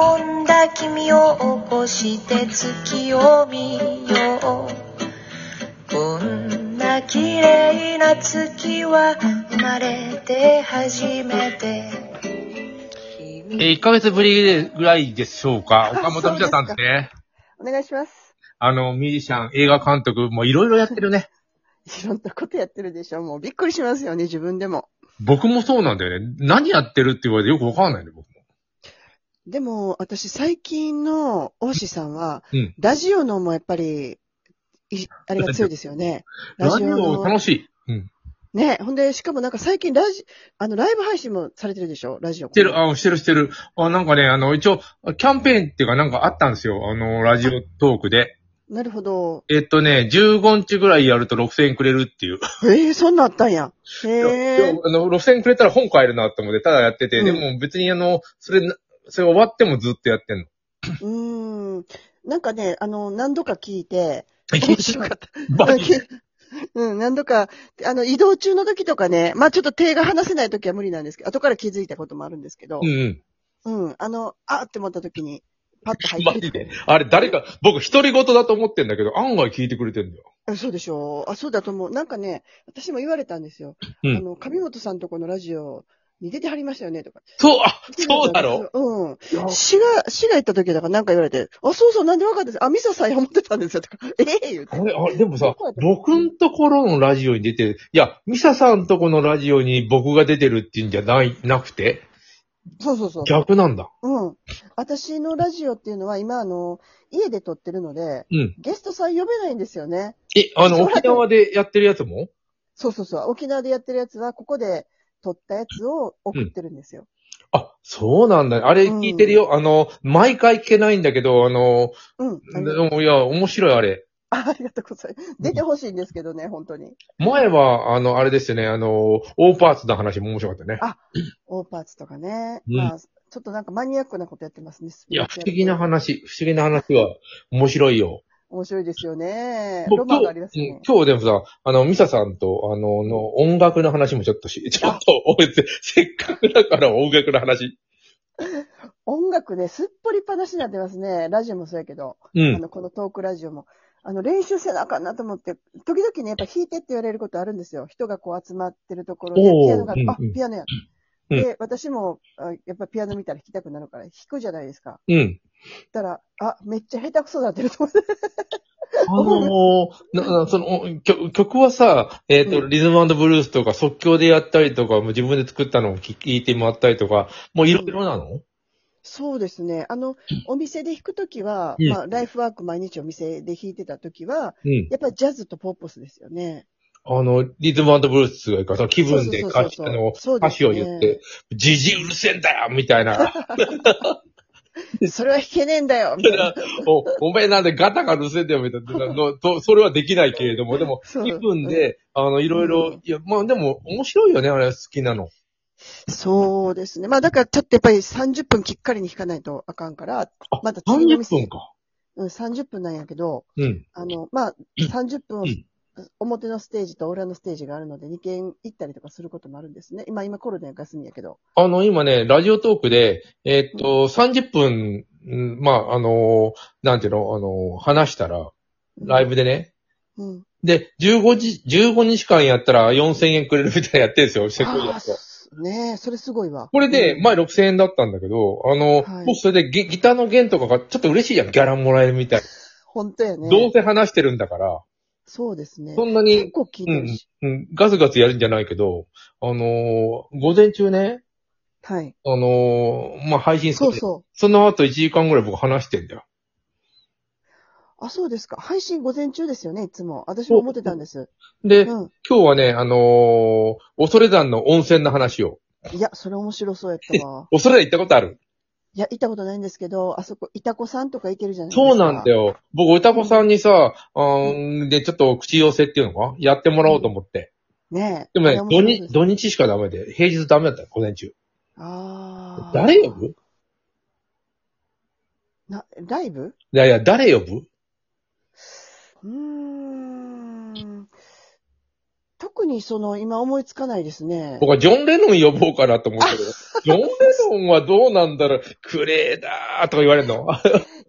は君を起こして月を見ようこんな綺麗な月は生まれて初めてえー、1ヶ月ぶりぐらいでしょうか。岡本美沙さんですね。お願いします。あの、ミュージシャン、映画監督、もういろいろやってるね。いろんなことやってるでしょ。もうびっくりしますよね、自分でも。僕もそうなんだよね。何やってるって言われてよくわかんないんだよ、僕も。でも、私最近の大志さんは、うんラジオのもやっぱり、いあれが強いですよね。ラジオの。楽しい。うん。しね、ほんで、しかもなんか最近ラジ、あの、ライブ配信もされてるでしょラジオ。てる、あ、してるしてる。あ、なんかね、あの、一応、キャンペーンっていうかなんかあったんですよ。あの、ラジオトークで。なるほど。えっとね、15日ぐらいやると6000円くれるっていう。ええそんなんあったんや。へでえもあの、6000円くれたら本買えるなと思って、ただやってて、うんでも別にあの、それな、それ終わってもずっとやってんの。うーん。なんかね、あの、何度か聞いて、 面白かった。 バうんキき うん、何度か、あの、移動中の時とかね、まあちょっと手が離せない時は無理なんですけど、後から気づいたこともあるんですけどう、んうん、あの、あーって思った時に、パッとう入ん。っ マてジで。あれ、誰か、僕、独り言だと思ってんだけど、案外聞いてくれてんだよ。あそうでしょう。あ、そうだと思う。なんかね、私も言われたんですよ。うんあの、上本さんとこのラジオに出てはりましたよね、とか。そう、あ、そうだろうん。いや市が、市が行った時だからなんか言われて、あ、そうそう、なんでわかったんですあ、ミサさん思ってたんですよ、とか。 ええ言うて。あれ、あれ、でもさ、僕んところのラジオに出てる、いや、ミサさんとこのラジオに僕が出てるっていうんじゃない、なくて、そうそうそう。逆なんだ。うん。私のラジオっていうのは今、あの、家で撮ってるので、うんゲストさん呼べないんですよね。え、あの、そうだね沖縄でやってるやつもそうそうそう。沖縄でやってるやつは、ここで撮ったやつを送ってるんですよ。あ、そうなんだ。あれ聞いてるよ。あの、毎回聞けないんだけど、あの、うん。あのでもいや、面白いあれ。 あありがとうございます。出てほしいんですけどね、本当に。前は、あの、あれですよね、あの、オーパーツの話も面白かったね。オーパーツとかね。うんまあ、ちょっとなんかマニアックなことやってますね。いや、不思議な。話、不思議な話は面白いよ。面白いですよね。もロうマンが今あります日、ようんね。今日でもさ、あの、ミサさんと、あの、の音楽の話もちょっとし、ちょっと、俺、せ せっかくだから音楽の話。音楽ね、すっぽりっぱなしになってますね。ラジオもそうやけど。うあん。の、このトークラジオも。あの、練習せなあかんなと思って、時々ね、やっぱ弾いてって言われることあるんですよ。人がこう集まってるところで、おーピアノが、あうんうん、ピアノうや。んで、私も、あやっぱピアノ見たら弾きたくなるから、弾くじゃないですか。うん。そしたら、あ、めっちゃ下手くそだってると思って。あのーな なその、お曲曲はさ、えっ、と、うんリズムブルースとか即興でやったりとか、もう自分で作ったのを聞聞いてもらったりとか、もういろいろなの、 そうですね。あの、お店で弾くときは、うんまあ、ライフワーク毎日お店で弾いてたときは、うん、やっぱりジャズとポップスですよね。あの、リズムブルースがいいから、その気分で歌詞、そうあそうそうそうの、そう歌です詞ねを言って、じじいうるせえんだよみたいな。それは弾けねえんだよみた いな。お、お前なんでガタがうるせえんだよ、みたいな。のとそれはできないけれども、でも、そう気分で、あの、いろいろ、いや、まあでも、面白いよね、あれ、好きなの。そうですね。まあだからちょっとやっぱり30分きっかりに弾かないとあかんから、あまた次の30店分か。うん、30分なんやけど、うん。あの、まあ、30分をうん表のステージと裏のステージがあるので、2軒行ったりとかすることもあるんですね。今、今コロナやから休みやけど。あの、今ね、ラジオトークで、えーっと、30分、うんまあ、あの、なんていうの、あの、話したら、ライブでね、うん。で、15時、15日間やったら4000円くれるみたいなやってるんですよ、せっかくあだと。あすねえ、それすごいわ。これで、うん前6000円だったんだけど、あの、はい僕それでギギターの弦とかがちょっと嬉しいじゃん、ギャラもらえるみたいな。本当やね。どうせ話してるんだから、そうですね。そんな結に、構聞いてるし。うん、ガツガツやるんじゃないけど、あのー午前中ね、はい。あのーまあ、配信するんそうでそその後1時間ぐらい僕話してんだよ。う。あ、そうですか。配信午前中ですよね、いつも。私も思ってたんです。で、うん。今日はね、あのー恐山の温泉の話を。。いや、それ面白そうやったわ恐山行ったことあるいや、行ったことないんですけど、あそこ、いたこさんとか行けるじゃないですか。そうなんだよ。よ。僕、歌子さんにさ、あーで、ちょっと口寄せっていうのかやってもらおうと思って。ねえ。でもねあれ、面土白い日、です土日しかダメで、平日ダメだったよ、午前中。ああ。誰呼ぶいな、ライブやいや、誰呼ぶうーん。特特にその、今思いつかないですね。僕はジョン・レノン呼ぼうかなと思ったけど、ジョン・レノンはどうなんだろう、クレーだーとか言われるの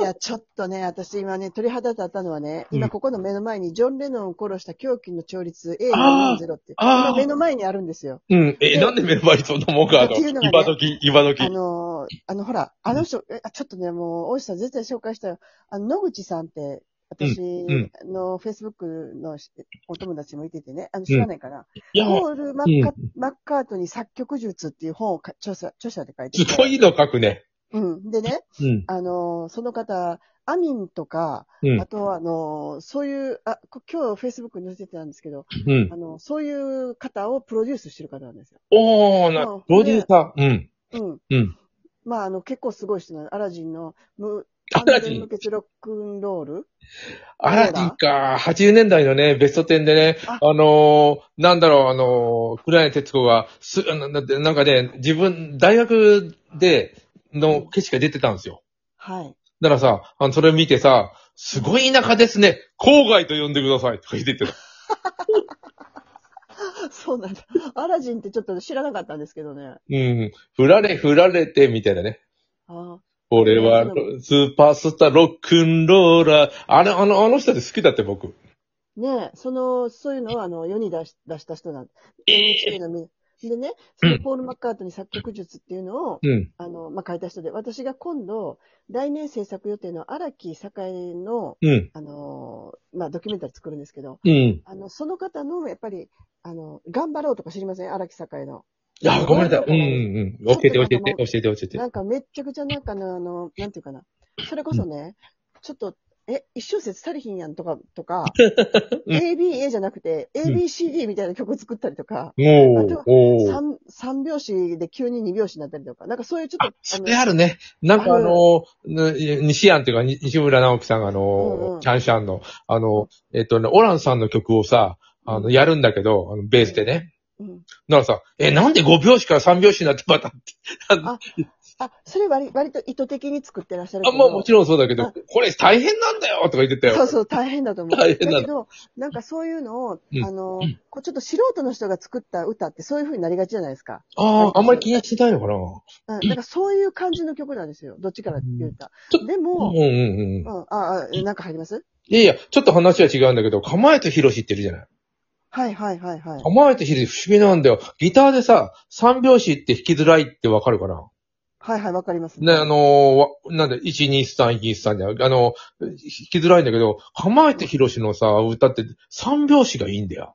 いや、ちょっとね、私今ね、鳥肌立ったのはね、うん今ここの目の前に、ジョン・レノンを殺した狂気の調律 A440 って、あー今目の前にあるんですよ。うん。え、なんでメンバーにそんなもんか、あの、っていうのがね今時、今あ時。のー、あの、ほら、あの人、えちょっとね、もう、大石さん絶対紹介したよ。あの、野口さんって、私んの Facebook のしお友達もいててね、あの、知らないかな。いや、ポール・マッカ,、うマッカートに作曲術っていう本をか著者、著者で書いてすてごいの書くね。うん。でね、うん。あのー、その方、アミンとか、うんあ。と、あの、そういう、あ、こ今日 Facebook に載せてたんですけど、うんあ。の、そういう方をプロデュースしてる方なんですよ。おー、な、うんプロデューサー。うん。うん。うん。まあ、あの、結構すごい人なの。アラジンの、無、アラジン無血ロックンロールアラジンか。80年代のね、ベスト10でね、ああのー、なんだろう、あのー、黒柳徹子が、す、なななんかね、自分、大学で、の景色が出てたんですよ。はい。 だからさ、あの、それを見てさ、すごい田舎ですね。郊外と呼んでください。とか言ってた。そうなんだ。アラジンってちょっと知らなかったんですけどね。うん。振られ、振られて、みたいなね。あ俺はなるほ、スーパースター、ロックンローラー。あれ、あの、あの人って好きだって、僕。ーねえ、その、そういうのをあの、世に出し出した人なんでえ NHK のみでね、そのポール・マッカートに作曲術っていうのを、うん。あの、まあ、書いた人で、私が今度、来年制作予定の荒木栄の、うん。あのー、まあ、ドキュメンタリー作るんですけど、うん。あの、その方の、やっぱり、あの、頑張ろうとか知りません荒木栄の。いや、ごめんなさい。うん、うん、うん。教えて、教えて、教えて、教えて。なんかめっちゃくちゃなんかの、あの、なんていうかな。それこそね、ちょっと、え、一小節足りひんやんとか、とか、 うん ABA じゃなくて、ABCD みたいな曲作ったりとか、おあーと、おー。三三拍子で急に二拍子になったりとか、なんかそういうちょっあと、、そのれあるね。なんかあの、ね西安っていうか、に西村直樹さんがあうんうのん、チャンシャンの、あの、えっとね、オランさんの曲をさ、あの、やるんだけど、あのベースでね。うんだからさ、え、なんで5拍子から3拍子になってまたって。あ、あ、あ、それ割、割と意図的に作ってらっしゃるけど。まあもちろんそうだけどあ、これ大変なんだよとか言ってたよ。そうそう、大変だと思う。大変なのだけど、なんかそういうのを、うんあの、こうちょっと素人の人が作った歌ってそういう風になりがちじゃないですか。ああ、あんまり気にしてないのかな。うん。なんかそういう感じの曲なんですよ。どっちからって言うたうん。でうんも、うんうん。うん、あ、あ、なんか入りますいやいや、ちょっと話は違うんだけど、かまえとひろしっているじゃない。はいはいはいはいか。まえとひろし不思議なんだよ。ギターでさ、3拍子って弾きづらいってわかるかなはいはい、わかります。ね、あのーわ、なんで、1、2、3、1、2、3で、あの、弾きづらいんだけど、かまえとひろしのさ、歌って3拍子がいいんだよ。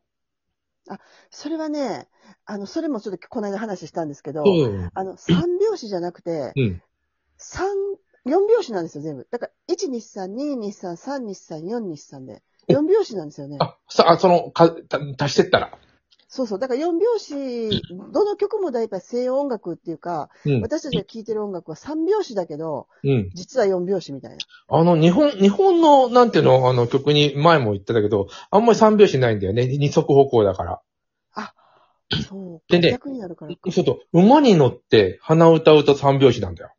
それはね、あの、それもちょっとこの間話したんですけど、うん。あの、三拍子じゃなくて、うん。三、四拍子なんですよ、全部。だから、1、2、3、2、2、3、3、2、3、4、2、3で。四拍子なんですよね。あ、さ、あ、その、か、た足してったら。そうそう。だから4拍子、どの曲も大体西洋音楽っていうか、うん私たちが聴いてる音楽は3拍子だけど、うん。実は4拍子みたいな。あの、日本、日本の、なんていうの、あの、曲に前も言ってたけど、あんまり三拍子ないんだよね。二足歩行だから。そう。でね逆になるからか。ちょっと、馬に乗って鼻歌うと三拍子なんだよ。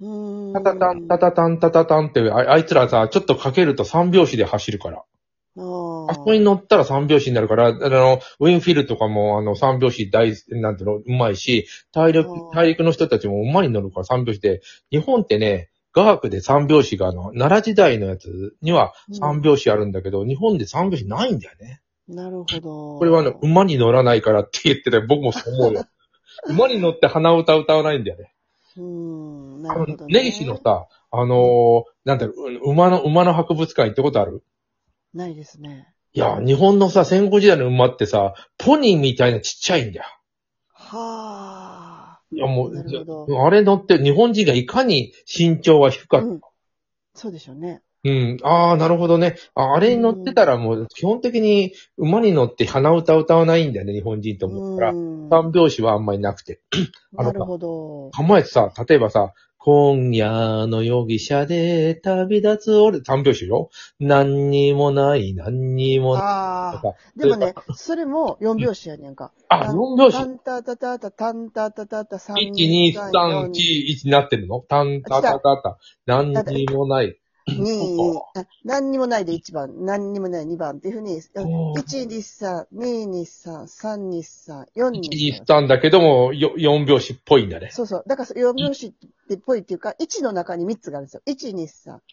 うーん。タタタン、タタタン、タタタンって、ああいつらさ、ちょっとかけると三拍子で走るから。あーあそこに乗ったら三拍子になるから、あの、ウィンフィルとかも、あの、三拍子大、なんていうの、うまいし、大陸うん、大陸の人たちも馬に乗るから三拍子で、日本ってね、雅楽で三拍子が、あの、奈良時代のやつには三拍子あるんだけど、日本で三拍子ないんだよね。なるほど。これはね、馬に乗らないからって言ってたよ僕もそう 思うよ。馬に乗って鼻歌歌わないんだよね。うーん。なあるのほど、ね。根岸のさ、あのーなんだろう、馬の、馬の博物館行ったことあるないですね。いや、日本のさ、戦後時代の馬ってさ、ポニーみたいなちっちゃいんだよ。はあ。いや、もなう、るほどじゃあれ乗って、日本人がいかに身長は低かった。うんそうでしょうね。うん、ああ、なるほどね。ああれに乗ってたらもう、基本的に馬に乗って鼻歌歌わないんだよね、日本人とう思ったら。ーん。三拍子はあんまりなくて。あのなるほど。構えてさ、例えばさ、今夜の容疑者で旅立つ俺、三拍子よ。何にもない、何にもない。ああ。あ、でもね、それも4拍子やねんか。あ、四拍タ子。ンタタタタタンタタタタ三一、二、三、四一、一になってるのタンタタタタ。何にもない。 2そに、あ何にもないで1番、何にもない2番っていうふうに、あおー1、2、3、2、2、3、3、2、3、4、 1、2、2、3。 3だけども、よ4拍子っぽいんだね。そうそう。だから4拍子っぽいっていうか、1の中に3つがあるんですよ。1、2、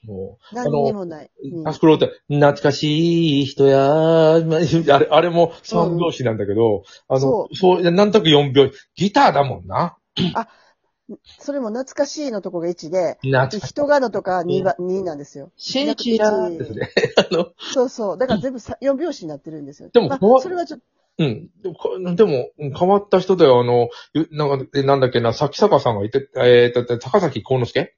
3。もう何にもない。うんあそこロって、懐かしい人や、まああれ、あれも3拍子なんだけど、あその、そう、なんとなく4拍子、ギターだもんな。それも懐かしいのとこが1で、懐かしい。人がのとか2が、2なんですよ。シンチラーですね。あの、そうそう。だから全部さ4拍子になってるんですよ。でもまあこわそれはちょっと、うん。でもこ、でもうん変わった人だよ。あの、ゆなんか、えなんだっけな、崎坂さんがいて、えー、と、高崎幸之助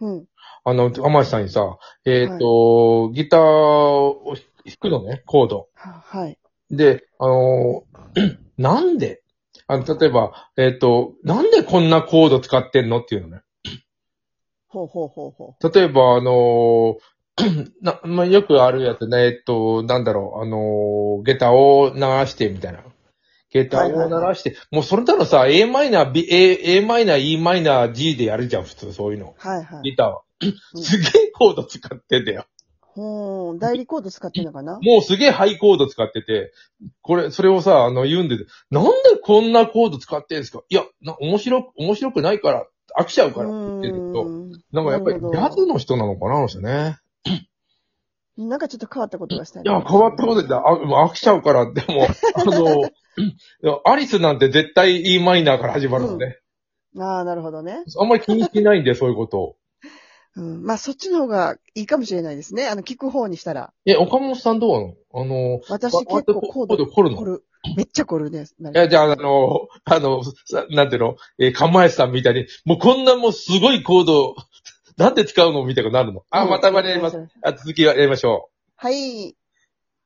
うん。あの、天橋さんにさ、えっ、と、ギターを弾くのね、コード。ははい。で、あの ーなんであの、例えば、えっ、と、なんでこんなコード使ってんのっていうのね。ほうほうほうほ例えば、あの ーな、まあ、よくあるやつね、えっと、なんだろう、あのー下駄を流して、みたいな。下駄を鳴らして、もうそれならさ、a マイナー、B、A、A マイナー、E マイナー、G でやるじゃん、普通、そういうの。う。はいはい。ギターは。 すげえコード使ってんだよ。ほう、代理コード使ってるのかなもうすげえハイコード使ってて、これ、それをさ、あの、言うんで、なんでこんなコード使ってんですかいや、な、面白く、面白くないから、飽きちゃうからって言ってるけど、うなんかやっぱり、ジなるほどャズの人なのかな、あの人ね。ーんなんかちょっと変わったことがしたいいな。や、変わったことで、あ、もう飽きちゃうから、 でも、あの、いやアリスなんて絶対 E マイナーから始まるのね。ああ、なるほどね。あんまり気にしてないんで、そういうことを。うん。まあ、そっちの方がいいかもしれないですね。あの、聞く方にしたら。え、岡本さんどうなのあの、私わ結構コードわ凝るの凝る。めっちゃ凝るいね。や、じゃあ、あの、あの、さなんていうの、えー、釜石さんみたいに、もうこんなもうすごいコード、なんで使うのみたいになるの。あ、またまたやります。す。あ続きはやりましょう。はい。